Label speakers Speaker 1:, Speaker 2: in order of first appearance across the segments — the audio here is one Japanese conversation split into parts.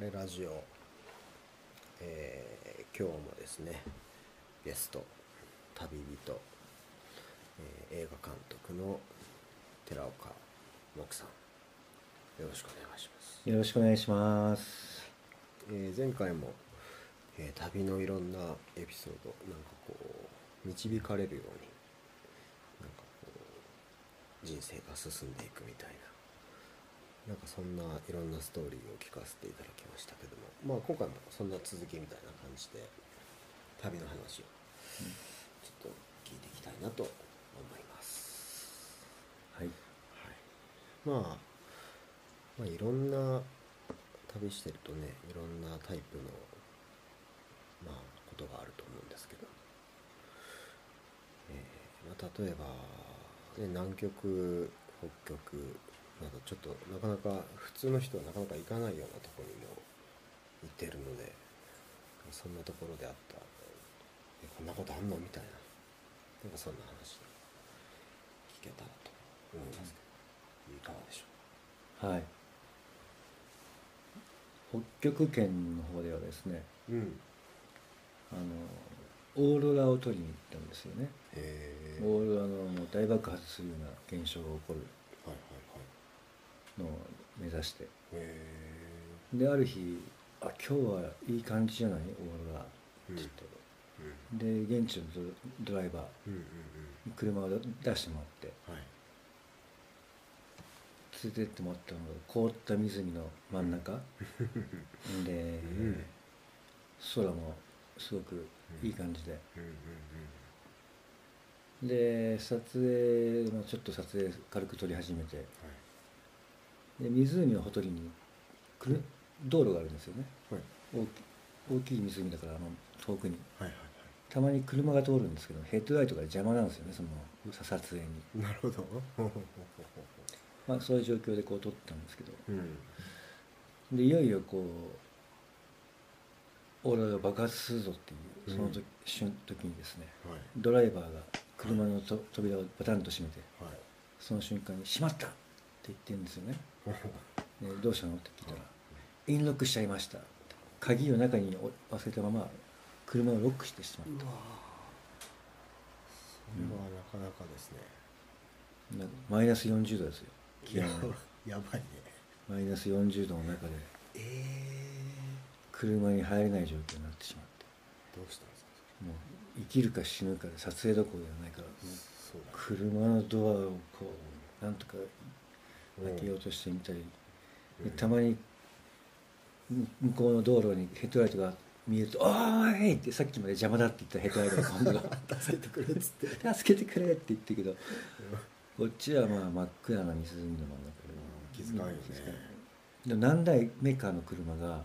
Speaker 1: ーラジオ、えー今日もですねゲスト旅人、えー映画監督の寺岡木さんよろしくお願いします
Speaker 2: よろしくお願いします。
Speaker 1: えー前回も、えー旅のいろんなエピソードなんかこう導かれるようになんかこう人生が進んでいくみたいななんかそんないろんなストーリーを聞かせていただきましたけどもまあ今回もそんな続きみたいな感じで旅の話をちょっと聞いていきたいなと思います。
Speaker 2: はい。
Speaker 1: はい、まあまあいろんな旅してるとねいろんなタイプのまあことがあると思うんですけど、えーまあ、例えば、ね、南極北極などちょっとなかなか普通の人はなかなか行かないようなところにも行ってるのでそんなところであったえこんなことあんのみたいななんかそんな話聞けたらと思いますけど。いかがでしょ
Speaker 2: はい。北極圏の方ではですね、
Speaker 1: ううん
Speaker 2: あのオーロラを撮りに行ったんですよね。
Speaker 1: へえ
Speaker 2: オーロラのもう大爆発するような現象が起こる
Speaker 1: はいはい
Speaker 2: のを目指して。
Speaker 1: はいへ
Speaker 2: である日、あ今日はいい感じじゃないオーロラ
Speaker 1: え
Speaker 2: って言っ
Speaker 1: うん
Speaker 2: て、で現地のドドライバー
Speaker 1: うんうん
Speaker 2: に車を出してもらって
Speaker 1: うんはい
Speaker 2: 連れてってもらったのが凍った湖の真ん中、で、
Speaker 1: ん
Speaker 2: 空もすごくいい感じで、
Speaker 1: うんうんうん
Speaker 2: で撮影、まあ、ちょっと撮影軽く撮り始めて
Speaker 1: はい
Speaker 2: で湖のほとりにくる道路があるんですよね
Speaker 1: はい
Speaker 2: 大き大きい湖だからあの遠くに
Speaker 1: はいはいは
Speaker 2: たまに車が通るんですけどヘッドライトが邪魔なんですよねそのさ撮影に、
Speaker 1: いなるほどほうほうほうほ
Speaker 2: まあ、そういう状況でこう撮ったんですけど
Speaker 1: ううん
Speaker 2: でいよいよこうオーロラが爆発するぞっていうその時,、
Speaker 1: うん
Speaker 2: 瞬時にですね
Speaker 1: はい
Speaker 2: ドライバーが車のと扉をバタンと閉めて
Speaker 1: はい
Speaker 2: その瞬間に「しまった!」って言ってるんですよね
Speaker 1: ほうほう
Speaker 2: ねどうしたのって聞いたら「インロックしちゃいました」鍵を中に忘れたまま車をロックしてしまっ
Speaker 1: うわそれはなかなかですね
Speaker 2: たなんかマイナス40度ですよ気
Speaker 1: や
Speaker 2: 温が
Speaker 1: やばいね
Speaker 2: マイナス40度の中で
Speaker 1: ええ
Speaker 2: 車に入れない状況になってしまって
Speaker 1: どうしたんですか
Speaker 2: もう生きるか死ぬかで撮影どころではないからもう
Speaker 1: そうだ
Speaker 2: 車のドアをこうなんとか開けようとしてみたりでたまにむ向こうの道路にヘッドライトが見えると「おーい!」ってさっきまで邪魔だって言ったヘッドライトが今度
Speaker 1: 出せてくれっつって
Speaker 2: が「助けてくれ!」って言ったけどこっちはまあ真っ暗な湖の
Speaker 1: う
Speaker 2: 真ん中
Speaker 1: ん
Speaker 2: で
Speaker 1: 気づかんよね
Speaker 2: 気づかないでも何台目かの車が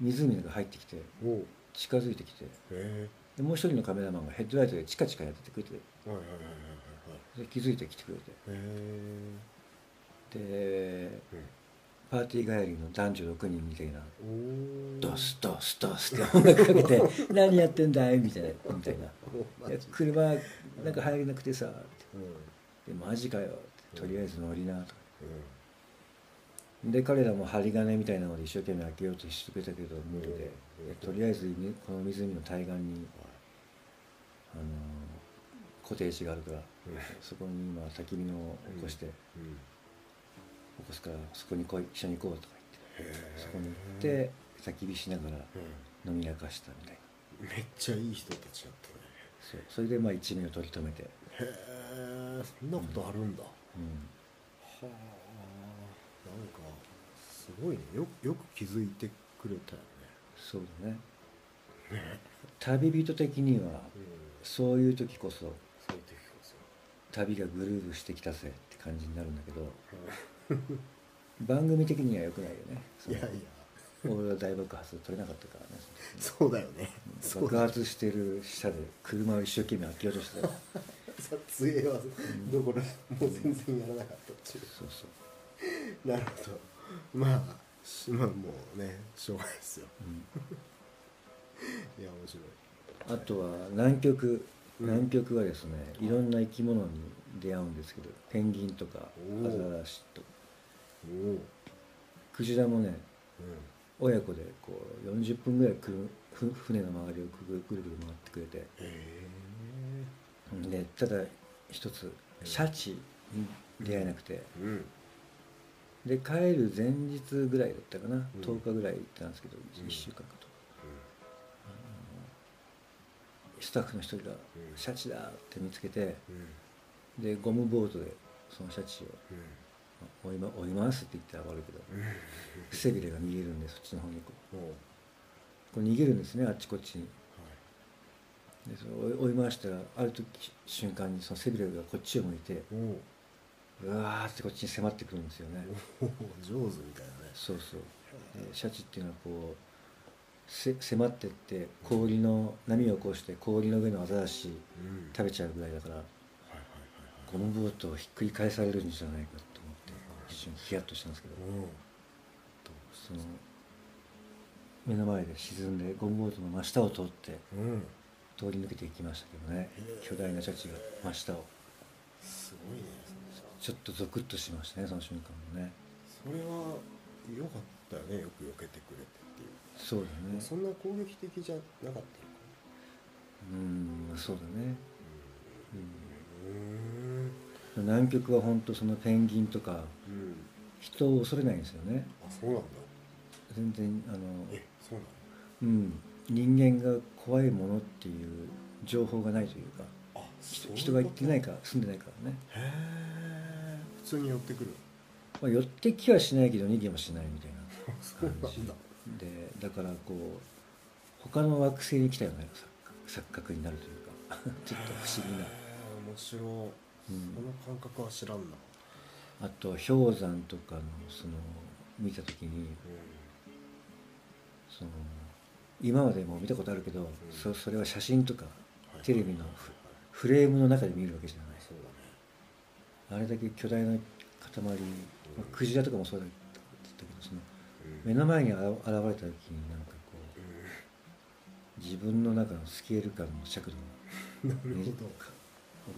Speaker 2: 湖の中入ってきて
Speaker 1: うんおう
Speaker 2: 近づいてきて
Speaker 1: へ
Speaker 2: でもう一人のカメラマンがヘッドライトでチカチカやっててくれて
Speaker 1: えはいはいはいはいはい
Speaker 2: で気づいてきてくれ
Speaker 1: へえ
Speaker 2: てで
Speaker 1: うん
Speaker 2: パーティー帰りの男女6人みたいな
Speaker 1: おー
Speaker 2: ドスドスドスって音楽かけ て「何やってんだい?」みたいなみたいな
Speaker 1: おマ
Speaker 2: で
Speaker 1: ジ
Speaker 2: 車なんか入れなくてさって
Speaker 1: うんうん
Speaker 2: でマジかよってとりあえず乗りなとか
Speaker 1: う
Speaker 2: で彼らも針金みたいなので一生懸命開けようとしてくれたけど無理ででとりあえずねこの湖の対岸に、あのーコテージがあるから
Speaker 1: ん
Speaker 2: そこに今焚き火を起こして起
Speaker 1: うん
Speaker 2: こすからそこに来い一緒に行こうとか
Speaker 1: へえ
Speaker 2: 言ってそこに行って焚き火しながら
Speaker 1: う
Speaker 2: 飲み明かしたみたいなん
Speaker 1: めっちゃいい人たちだっ
Speaker 2: そうそれでまあ一命を取り留めて。
Speaker 1: たねへえそんなことあるんだは
Speaker 2: う
Speaker 1: あなん
Speaker 2: ん
Speaker 1: かすごいねよよく気づいてくれたよ
Speaker 2: そうだね旅人的には
Speaker 1: ねうん
Speaker 2: そういう時こそ
Speaker 1: そういう時こそ
Speaker 2: 旅がグルーブしてきたぜって感じになるんだけど
Speaker 1: う
Speaker 2: 番組的には良くないよねそ
Speaker 1: んい
Speaker 2: の
Speaker 1: やいや
Speaker 2: 俺は大爆発取れなかったからね
Speaker 1: そうだよねそう
Speaker 2: 爆
Speaker 1: だよ
Speaker 2: 発してる下で車を一生懸命開けようとし てた
Speaker 1: 撮影はどころもう全然やらなかったっていう
Speaker 2: そうそう、
Speaker 1: なるほどまあしまあもうねしょうがないですよ
Speaker 2: う
Speaker 1: いや面白い
Speaker 2: ん、あとは南極
Speaker 1: うん
Speaker 2: 南極はですね、いろんな生き物に出会うんですけどペンギンとか
Speaker 1: おー
Speaker 2: アザラシとか
Speaker 1: おお
Speaker 2: クジラもね
Speaker 1: う
Speaker 2: 親子でこう40分ぐらいくるふ船の周りをぐるぐるぐる回ってくれて
Speaker 1: え
Speaker 2: でただ一つシャチに出会えなくて
Speaker 1: えうん
Speaker 2: で帰る前日ぐらいだったかな、
Speaker 1: うん
Speaker 2: 10日ぐらい行ったんですけど
Speaker 1: うん
Speaker 2: 1週間かとか、あのスタッフの一人が「シャチだ!」って見つけて
Speaker 1: うんうん
Speaker 2: でゴムボートでそのシャチを
Speaker 1: うん
Speaker 2: 追い,、ま、追いますって言ったら悪いけど
Speaker 1: うん
Speaker 2: 背びれが逃げるんでそっちの方にこう
Speaker 1: おうはい
Speaker 2: こう逃げるんですねあっちこっちにでそれを追い追い回したらある時瞬間にその背びれがこっちを向いて
Speaker 1: おう
Speaker 2: うわーってこっちに迫ってくるんですよね
Speaker 1: おう上手みたいなね
Speaker 2: そうそうでシャチっていうのはこうせ迫ってって氷の波を起こして氷の上のアザラシ
Speaker 1: うん
Speaker 2: 食べちゃうぐらいだから
Speaker 1: はいはい
Speaker 2: ゴムボートをひっくり返されるんじゃないかと思って一瞬ヒヤッとしたんですけど
Speaker 1: はいはいおう
Speaker 2: その目の前で沈んでゴムボートの真下を通って
Speaker 1: うん
Speaker 2: 通り抜けていきましたけどね巨大なシャチが真下を
Speaker 1: すごいね
Speaker 2: ちょっとゾクッとしましたねその瞬間もね
Speaker 1: それは良かったよねよく避けてくれてっていう
Speaker 2: そうだ
Speaker 1: ま
Speaker 2: ね
Speaker 1: あそんな攻撃的じゃなかったのか
Speaker 2: うんそうだね、
Speaker 1: うん
Speaker 2: うん、南極は本当そのペンギンとか
Speaker 1: うん
Speaker 2: 人を恐れないんですよね
Speaker 1: あそうなんだ
Speaker 2: 全然あの
Speaker 1: えそうなんだ
Speaker 2: うん人間が怖いものっていう情報がないというか
Speaker 1: あそういうこと
Speaker 2: 人が行ってないから住んでないからね、
Speaker 1: へえ普通に寄ってくる
Speaker 2: まあ、寄ってきはしないけど逃げもしないみたいな
Speaker 1: そうなんだ
Speaker 2: でだからこう他の惑星に来たような錯覚錯覚になるというか ちょっと不思議な
Speaker 1: へ、え面白いこ
Speaker 2: うん、
Speaker 1: の感覚は知らんな
Speaker 2: あと氷山とかのその見た時に
Speaker 1: う
Speaker 2: その今までも見たことあるけど、そそれは写真とか
Speaker 1: ん
Speaker 2: テレビの
Speaker 1: はい
Speaker 2: フレームの中で見るわけじゃない
Speaker 1: そうだね
Speaker 2: あれだけ巨大な塊、まあクジラとかもそうだったけどその
Speaker 1: うん
Speaker 2: 目の前にあら現れた時になんかこう
Speaker 1: う
Speaker 2: 自分の中のスケール感の尺度
Speaker 1: ん なるほど
Speaker 2: が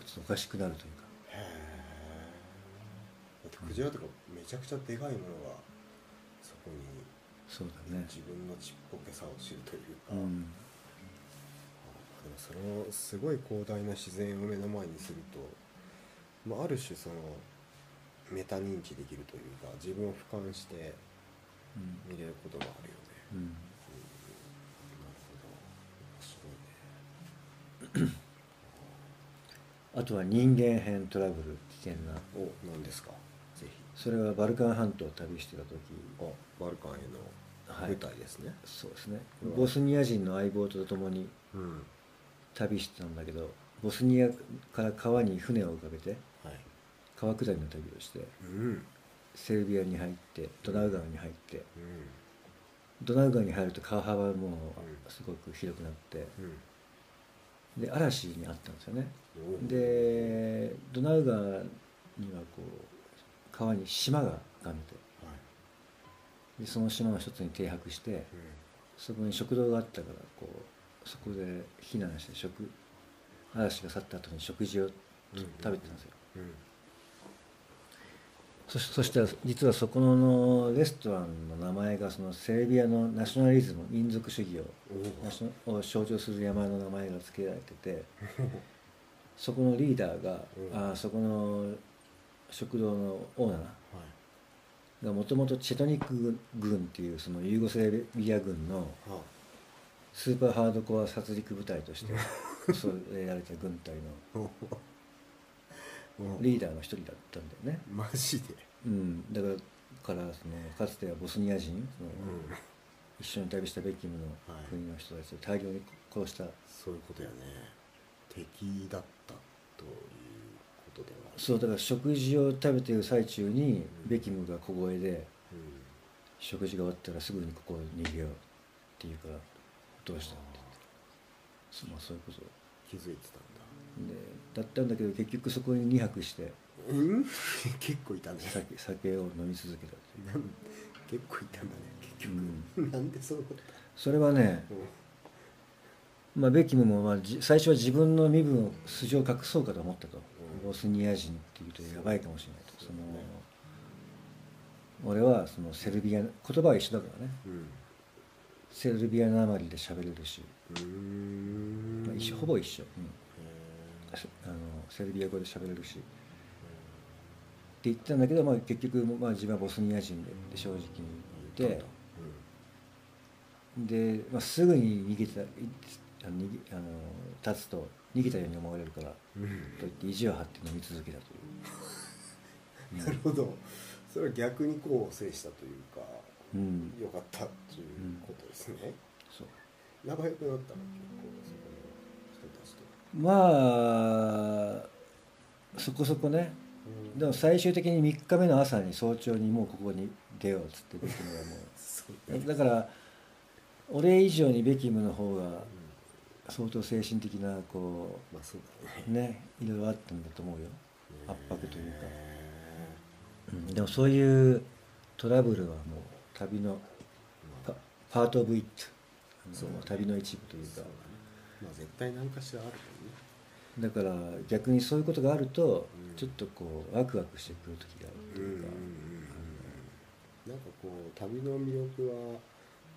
Speaker 2: ちょっとおかしくなるというか
Speaker 1: へえだってクジラとかめちゃくちゃでかいものがそこに
Speaker 2: そうだね
Speaker 1: 自分のちっぽけさを知るというか、
Speaker 2: う
Speaker 1: でも
Speaker 2: ん
Speaker 1: そのすごい広大な自然を目の前にすると、まあ、ある種そのメタ認知できるというか自分を俯瞰して
Speaker 2: うん
Speaker 1: 見れることがあるよね。
Speaker 2: うん
Speaker 1: うんなるほど面白いね
Speaker 2: あとは人間編トラブル危険な
Speaker 1: お何ですかぜひ
Speaker 2: それはバルカン半島を旅してた時
Speaker 1: あバルカンへの
Speaker 2: はい
Speaker 1: 舞台ですね、
Speaker 2: そうですね
Speaker 1: うわ
Speaker 2: ボスニア人の相棒と共に
Speaker 1: うん
Speaker 2: 旅してたんだけどボスニアから川に船を浮かべて
Speaker 1: はい
Speaker 2: 川下りの旅をして
Speaker 1: うん
Speaker 2: セルビアに入ってドナウ川に入って
Speaker 1: うん
Speaker 2: ドナウ川に入ると川幅もすごく広くなって
Speaker 1: うん
Speaker 2: で嵐にあったんですよね
Speaker 1: おう
Speaker 2: でドナウ川にはこう川に島が浮かんでて
Speaker 1: はい
Speaker 2: でその島の一つに停泊して
Speaker 1: う
Speaker 2: そこに食堂があったからこうそこで避難して食嵐が去った後に食事を
Speaker 1: んうん
Speaker 2: 食べてたんですよ、
Speaker 1: うん
Speaker 2: そしそしたら実はそこのレストランの名前がそのセルビアのナショナリズム民族主義を
Speaker 1: おう
Speaker 2: ナショナを象徴する山の名前が付けられて てそこのリーダーが、
Speaker 1: うん
Speaker 2: あーそこの食堂のオーナー
Speaker 1: はい
Speaker 2: がもともとチェトニック軍っていうそのユーゴスラビア軍の
Speaker 1: は
Speaker 2: スーパーハードコア殺戮部隊 として恐れられた軍隊の
Speaker 1: あ、
Speaker 2: リーダーの一人だったんだよね、
Speaker 1: マジで、
Speaker 2: うん、だからからそのかつてはボスニア人その
Speaker 1: うん、
Speaker 2: 一緒に旅したベキムの国の人たちを大量に殺した
Speaker 1: そういうことやね敵だったということでは
Speaker 2: そうだから食事を食べてる最中に
Speaker 1: うん
Speaker 2: ベキムが小声で
Speaker 1: う、ん、
Speaker 2: 食事が終わったらすぐにここに逃げようっていうからどうしたって言ってそまあそういうこと
Speaker 1: 気づいてたんだ
Speaker 2: でだったんだけど結局そこに2泊して
Speaker 1: うん 結構いたね
Speaker 2: 酒酒を飲み続けたっていう
Speaker 1: なん結構いたんだね結局、なんでそうだった
Speaker 2: それはね、まあ、ベキムもまあじ最初は自分の身分を素性を隠そうかと思ったと、
Speaker 1: うん
Speaker 2: ボスニア人っていうとやばいかもしれないと
Speaker 1: そ
Speaker 2: そうの
Speaker 1: だね
Speaker 2: 俺はそのセルビア言葉は一緒だからね
Speaker 1: うん
Speaker 2: セルビアなまりで喋れるし、
Speaker 1: うーん
Speaker 2: まあ、一緒ほぼ一緒、うんせあのセルビア語で喋れるしって言ったんだけど、まあ、結局、まあ、自分はボスニア人でで正直に言ってで、まあ、すぐに逃げてたいあの逃げあの立つと逃げたように思われるからと
Speaker 1: うんうん
Speaker 2: 言って意地を張って飲み続けたとい う
Speaker 1: なるほどそれは逆にこう制したというか
Speaker 2: うん、うん、
Speaker 1: 良かったということですね、
Speaker 2: そう
Speaker 1: 仲良くなったの結構そこの人たちと、
Speaker 2: まあそこそこね
Speaker 1: うん
Speaker 2: でも最終的に3日目の朝に早朝にもうここに出ようっつってベキムがも
Speaker 1: そうね
Speaker 2: うだから俺以上にベキムの方が
Speaker 1: うん
Speaker 2: 相当精神的なこ
Speaker 1: まあそうだね
Speaker 2: うねいろいろあったんだと思うよ、圧迫というか
Speaker 1: へ
Speaker 2: うんでもそういうトラブルはもう旅
Speaker 1: ー
Speaker 2: の
Speaker 1: ま
Speaker 2: パ
Speaker 1: あ
Speaker 2: パート・オブ・イット
Speaker 1: そう
Speaker 2: 旅の一部というか
Speaker 1: そうだねまあ絶対何かしらある
Speaker 2: だから逆にそういうことがあると
Speaker 1: うん
Speaker 2: ちょっとこうワクワクしてくる時があると
Speaker 1: もんね
Speaker 2: いうか、
Speaker 1: なんかこう旅の魅力は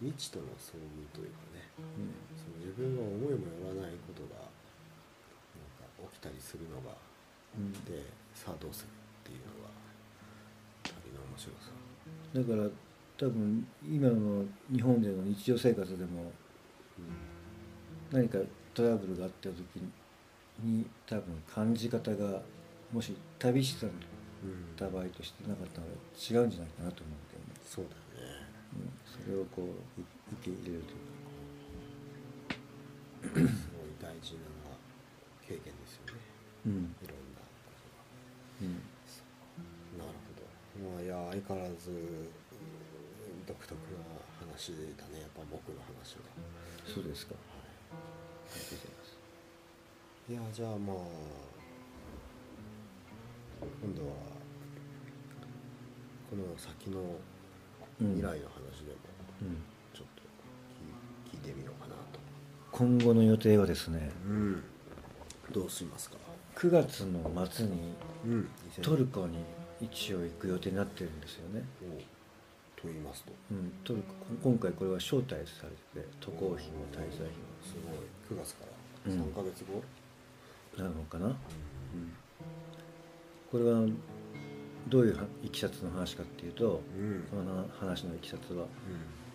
Speaker 1: 未知との遭遇というかね
Speaker 2: うん
Speaker 1: その自分が思いもよらないことがなんか起きたりするのが
Speaker 2: うん
Speaker 1: でさあどうするっていうのが旅の面白さ
Speaker 2: だから多分今の日本での日常生活でも
Speaker 1: うん
Speaker 2: 何かトラブルがあった時に多分感じ方がもし旅してた場合としてなかったら違うんじゃないかなと思うんだよね、
Speaker 1: そうだね
Speaker 2: うん、それをこうう受け入れるという
Speaker 1: すごい大事な経験ですよね
Speaker 2: か、うん
Speaker 1: いろんなことが。
Speaker 2: うん、
Speaker 1: なるほど。まあいや相変わらずうん独特な話だね。やっぱ僕の話は。
Speaker 2: そうですか
Speaker 1: は
Speaker 2: ありがとうございます
Speaker 1: い、いやじゃあまあ今度はこの先の
Speaker 2: うん
Speaker 1: 未来の話でも
Speaker 2: うん
Speaker 1: ちょっと聞,、聞いてみようかなと。
Speaker 2: 今後の予定はですね
Speaker 1: うん。どうしますか。
Speaker 2: 9月の末に
Speaker 1: うん。
Speaker 2: トルコに一応行く予定になってるんですよね
Speaker 1: おと言いますと。
Speaker 2: うん、トルコこ今回これは招待されてて渡航費も滞在費
Speaker 1: すごい。9月から
Speaker 2: うん
Speaker 1: 3ヶ月後。
Speaker 2: もなのかな、これはどういうはいきさつの話かっていうと
Speaker 1: うん。うん
Speaker 2: この話のいきさつは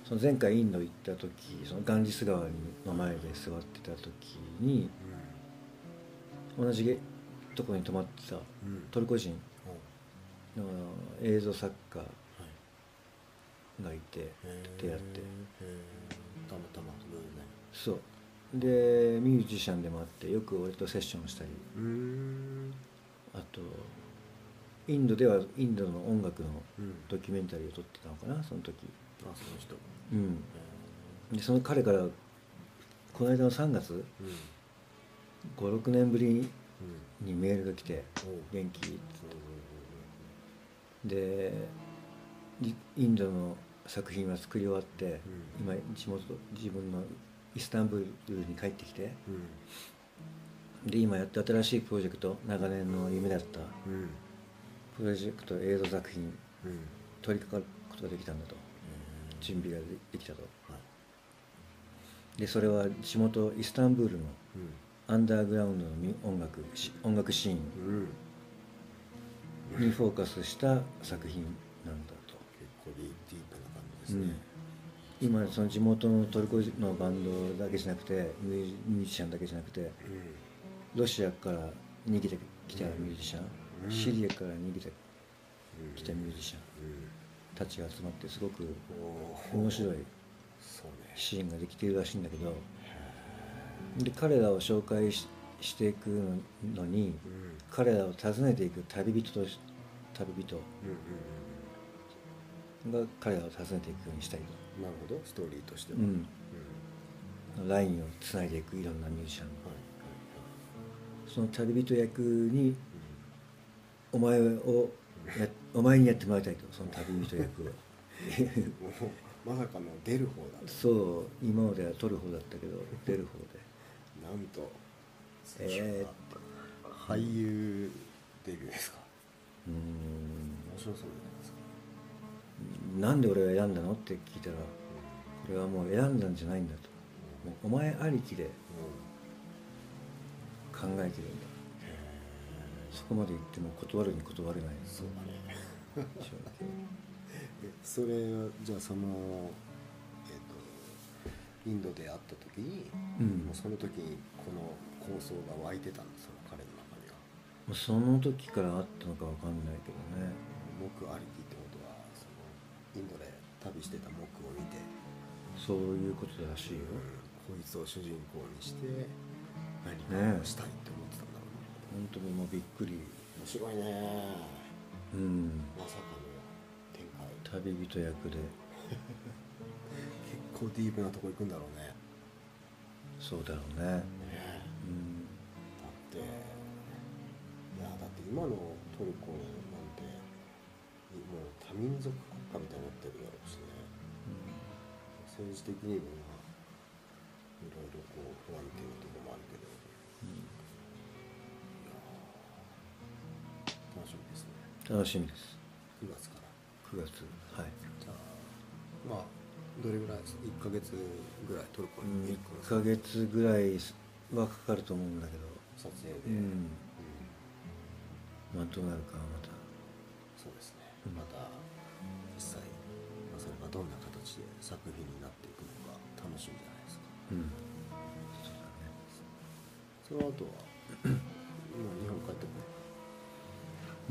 Speaker 2: その前回インド行った時そのガンジス川の前で座ってた時に同じげとこに泊まってた
Speaker 1: うんうん
Speaker 2: トルコ人
Speaker 1: おは
Speaker 2: の映像作家
Speaker 1: い
Speaker 2: がいて
Speaker 1: 出
Speaker 2: 出
Speaker 1: 会
Speaker 2: 会
Speaker 1: っ
Speaker 2: ってて
Speaker 1: たまたま偶然
Speaker 2: そうでミュージシャンでもあってよく俺とセッションしたり
Speaker 1: うーん
Speaker 2: あとインドではインドの音楽の
Speaker 1: うん
Speaker 2: ドキュメンタリーを撮ってたのかなその時
Speaker 1: あその人
Speaker 2: うんでその彼からこの間の3月
Speaker 1: うんうん
Speaker 2: 56年ぶりにメールが来て
Speaker 1: おう
Speaker 2: 「元気?」でイインドの作品は作り終わって
Speaker 1: うん
Speaker 2: 今地元自分のイスタンブールに帰ってきて
Speaker 1: うん
Speaker 2: で今やって新しいプロジェクト長年の夢だった
Speaker 1: うんうん
Speaker 2: プロジェクト映像作品
Speaker 1: うん
Speaker 2: 取り掛かることができたんだと準備ができたと
Speaker 1: はい
Speaker 2: でそれは地元イスタンブールの
Speaker 1: う
Speaker 2: アンダーグラウンドのみ音楽し音楽シーン
Speaker 1: んうん
Speaker 2: にフォーカスした作品なんだと
Speaker 1: 結構ディディープな感じですね
Speaker 2: 今その地元のトルコのバンドだけじゃなくてミュージミュージシャンだけじゃなくて
Speaker 1: うん
Speaker 2: ロシアから逃げてきたミュージシャン、
Speaker 1: うん
Speaker 2: シリアから逃げて
Speaker 1: うん
Speaker 2: きたミュージシャン
Speaker 1: うん
Speaker 2: たちが集まってすごく
Speaker 1: おー
Speaker 2: 面白い
Speaker 1: そうね
Speaker 2: シーンができているらしいんだけどで彼らを紹介ししていくの
Speaker 1: うん
Speaker 2: に
Speaker 1: うん
Speaker 2: 彼らを訪ねていく旅人とし旅人
Speaker 1: うん
Speaker 2: が彼らを訪ねていくようにしたいと、
Speaker 1: うんなるほどストーリーとして
Speaker 2: う
Speaker 1: もうん
Speaker 2: ん、ラインをつないでいくいろんなミュージシャンの
Speaker 1: はいはい
Speaker 2: その旅人役に
Speaker 1: うん
Speaker 2: お前をやお前にやってもらいたいとその旅人役を
Speaker 1: もうまさかの出る方だ
Speaker 2: そう今までは撮る方だったけど出る方で
Speaker 1: なんと
Speaker 2: え
Speaker 1: 俳優デビューですか
Speaker 2: う
Speaker 1: 面白そうじゃないですか
Speaker 2: ーんなんで俺が選んだのって聞いたら
Speaker 1: う
Speaker 2: れはもう選んだんじゃないんだともうお前ありきで考えてるんだそこまで言っても断るに断れない
Speaker 1: そうだね
Speaker 2: 正
Speaker 1: えそれはじゃあそのえっ、とインドで会った時に、
Speaker 2: 直うん
Speaker 1: もうその時にこの構想が湧いてたんですその彼の中には
Speaker 2: もうその時からあったのか分かんないけどね
Speaker 1: 木ありきってことはそのインドで旅してた木を見て、
Speaker 2: そういうことらしいよ
Speaker 1: こいつを主人公にして何
Speaker 2: ね
Speaker 1: かを
Speaker 2: え
Speaker 1: したいって思ってたんだろうね
Speaker 2: 本当にもうびっくり
Speaker 1: 面白いね
Speaker 2: うん
Speaker 1: まさかの展開
Speaker 2: 旅人役で
Speaker 1: 結構ディープなとこ行くんだろうね
Speaker 2: そうだろうね
Speaker 1: ねえ
Speaker 2: うん
Speaker 1: だっていやだって今のトルコなんてもう多民族国家みたいになってるだろうしね政治的にもまあいろいろこう不安定なところもあるけど楽しみですね
Speaker 2: うん楽しみです
Speaker 1: 9月から
Speaker 2: 9月はい
Speaker 1: じゃあまあどれぐらいです1ヶ月ぐらいトルコに
Speaker 2: 1
Speaker 1: 行く
Speaker 2: ヶ月ぐらいはかかると思うんだけど
Speaker 1: 撮影で、
Speaker 2: う
Speaker 1: うん
Speaker 2: んまあどうなるかはまた
Speaker 1: そうですね、
Speaker 2: うん
Speaker 1: また実際、まあ、それがどんな形で作品になっていくのか楽しみじゃないですか
Speaker 2: う
Speaker 1: その
Speaker 2: んそうだね
Speaker 1: 後は今日本帰ってく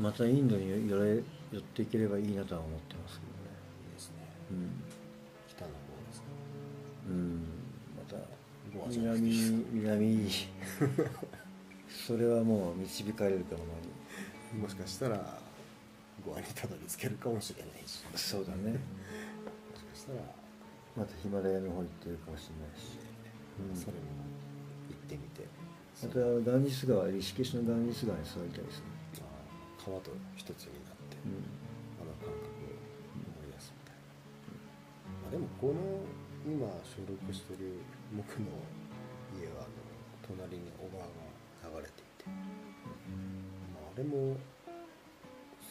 Speaker 1: る
Speaker 2: またインドに寄れ寄っていければいいなとは思ってますけ
Speaker 1: いいですね
Speaker 2: どね
Speaker 1: 北の方ですか
Speaker 2: うん、うん、また
Speaker 1: ボアじゃなく
Speaker 2: 南
Speaker 1: て
Speaker 2: に南にそれはもう導かれるかのま
Speaker 1: もしかしたらゴアにたどり着けるかもしれないし
Speaker 2: にそうだね
Speaker 1: もしかしたら、
Speaker 2: またヒマラヤの方行ってるかもしれないし、
Speaker 1: それも行ってみて
Speaker 2: うん、またガンジス川リシケシュのガンジス川に座りたいですね、
Speaker 1: まあ川と一つになって、
Speaker 2: う
Speaker 1: あの感覚を思い出すみたいな、まあ、でもこの今収録してる僕の家はあの隣に小川が流れていて、まあ、あれも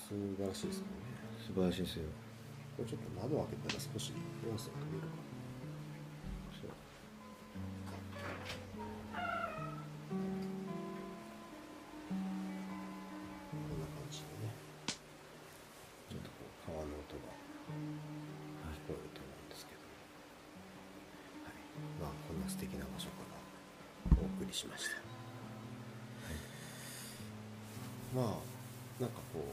Speaker 1: 素晴らしいですもんね
Speaker 2: ん、素晴らしいですよ
Speaker 1: これちょっと窓開けたら少し音声が見えるかな
Speaker 2: そう
Speaker 1: こんな感じでねちょっとこう川の音が聞こえると思うんですけど、はいまあ、こんな素敵な場所からお送りしました、まあなんかこう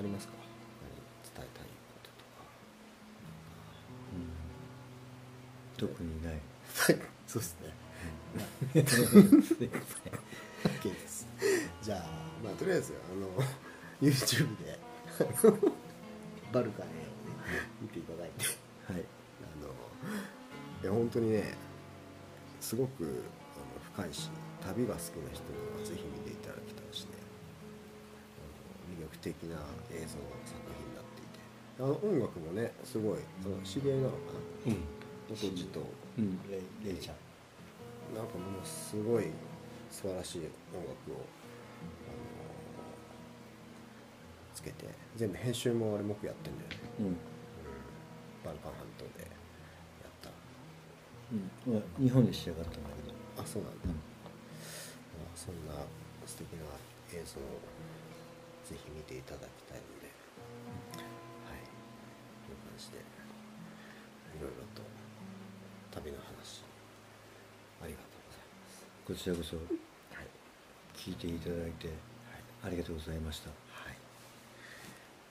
Speaker 1: ありますか何伝えたいこととか
Speaker 2: 特にない
Speaker 1: そうですねOK ですじゃあまあとりあえずあの YouTube であのバルカネをね見ていただいて
Speaker 2: は
Speaker 1: あ
Speaker 2: い
Speaker 1: のいや本当にねすごくあの深いし旅が好きな人にはぜひ見ていただきたいしねあの魅力的な映像作品になっていてあの音楽もねすごいあの知り合いなのか
Speaker 2: うん
Speaker 1: な音自と
Speaker 2: うん
Speaker 1: レイレイちゃんなんかものすごい素晴らしい音楽を、あのつけて全部編集もあれ僕やってんだよね、
Speaker 2: うん
Speaker 1: うん、バルカン半島でやった
Speaker 2: うんまあ日本で仕上がったんだけど
Speaker 1: あそうなんだ、
Speaker 2: うん
Speaker 1: まあそんな素敵な映像をぜひ見ていただきたいので、はいこういう感じでいろいろと旅の話ありがとうございます
Speaker 2: こちらこそ
Speaker 1: はい
Speaker 2: 聞いていただいて
Speaker 1: はい
Speaker 2: ありがとうございました
Speaker 1: はい、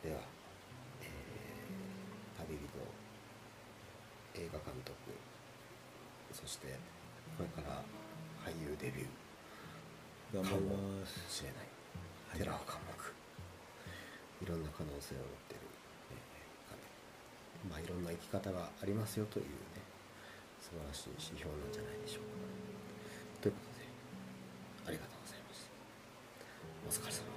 Speaker 1: では、えー旅人映画監督そしてこれから俳優デビュー
Speaker 2: 頑張ります
Speaker 1: 知れない
Speaker 2: はい
Speaker 1: 寺岡目いろんな可能性を持ってる、えー彼まあいろんな生き方がありますよというね素晴らしい指標なんじゃないでしょうかということでありがとうございましたお疲れ様でした